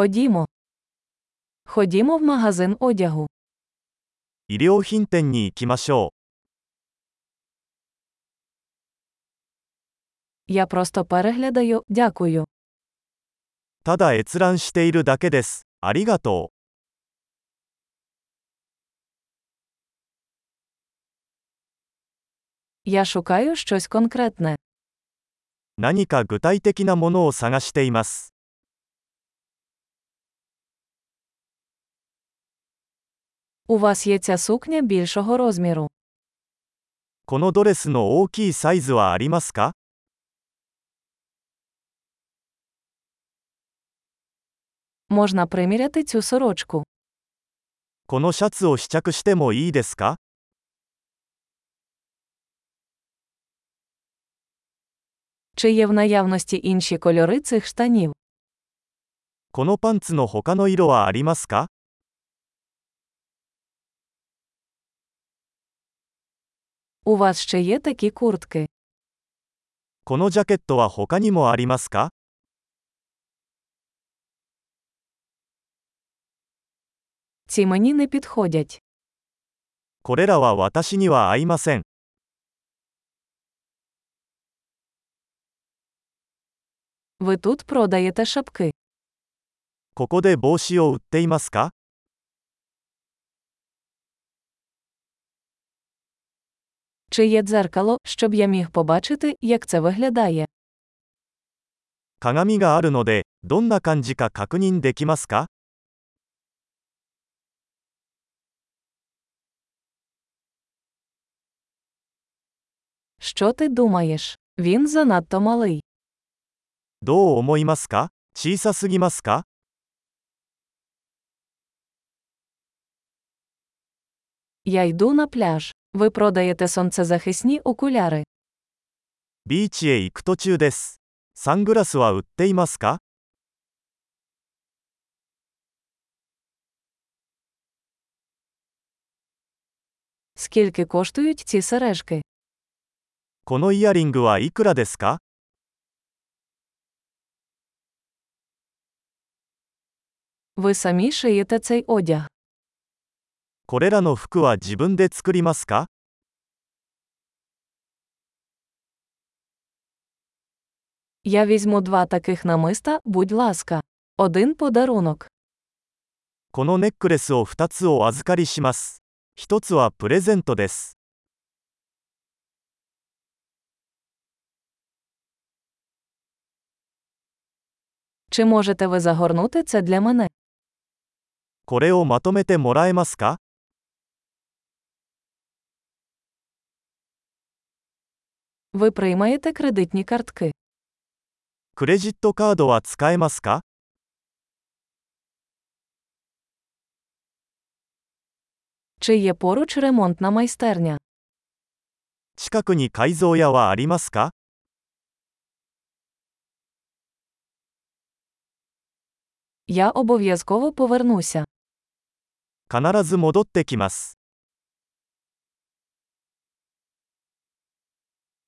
Ходімо. Ходімо в магазин одягу. 衣料品店に行きましょ Я просто переглядаю, дякую. う。ただ閲覧しているだけです。ありがと Я шукаю щось конкретне. う。何か具体的なものを探しています。 У вас є ця сукня більшого розміру. このドレスの大きいサイズはありますか Можна приміряти цю сорочку. このシャツを試着してもいいですか Чи є в наявності інші кольори цих штанів? このパンツの他の色はありますか У вас ще є такі куртки. このジャケットは他にもありますか Ці мені не підходять. これらは私には合いません。 Ви тут продаєте шапки. ここで帽子を売っていますか Чи є дзеркало, щоб я міг побачити, як це виглядає? 鏡があるので、どんな感じか確認できますか Що ти думаєш? Він занадто малий. どう思いますか小さすぎますか Я йду на пляж. Ви продаєте сонцезахисні окуляри. ビーチへ行く途中です。サングラスは売っていますか Скільки коштують ці сережки? このイヤリングはいくらですか Ви самі шиєте цей одяг. これらの服は自分で作りますか Я візьму два таких намиста, будь ласка. Один подарунок. このネックレスを2つお預かりします。1つはプレゼントです。 Чи можете ви загорнути це для мене? これをまとめてもらえますか Ви приймаєте кредитні картки. クレジットカードは使えますか Чи є поруч ремонтна майстерня? 近くに改造屋はありますか Я обов'язково повернуся. 必ず戻ってきます。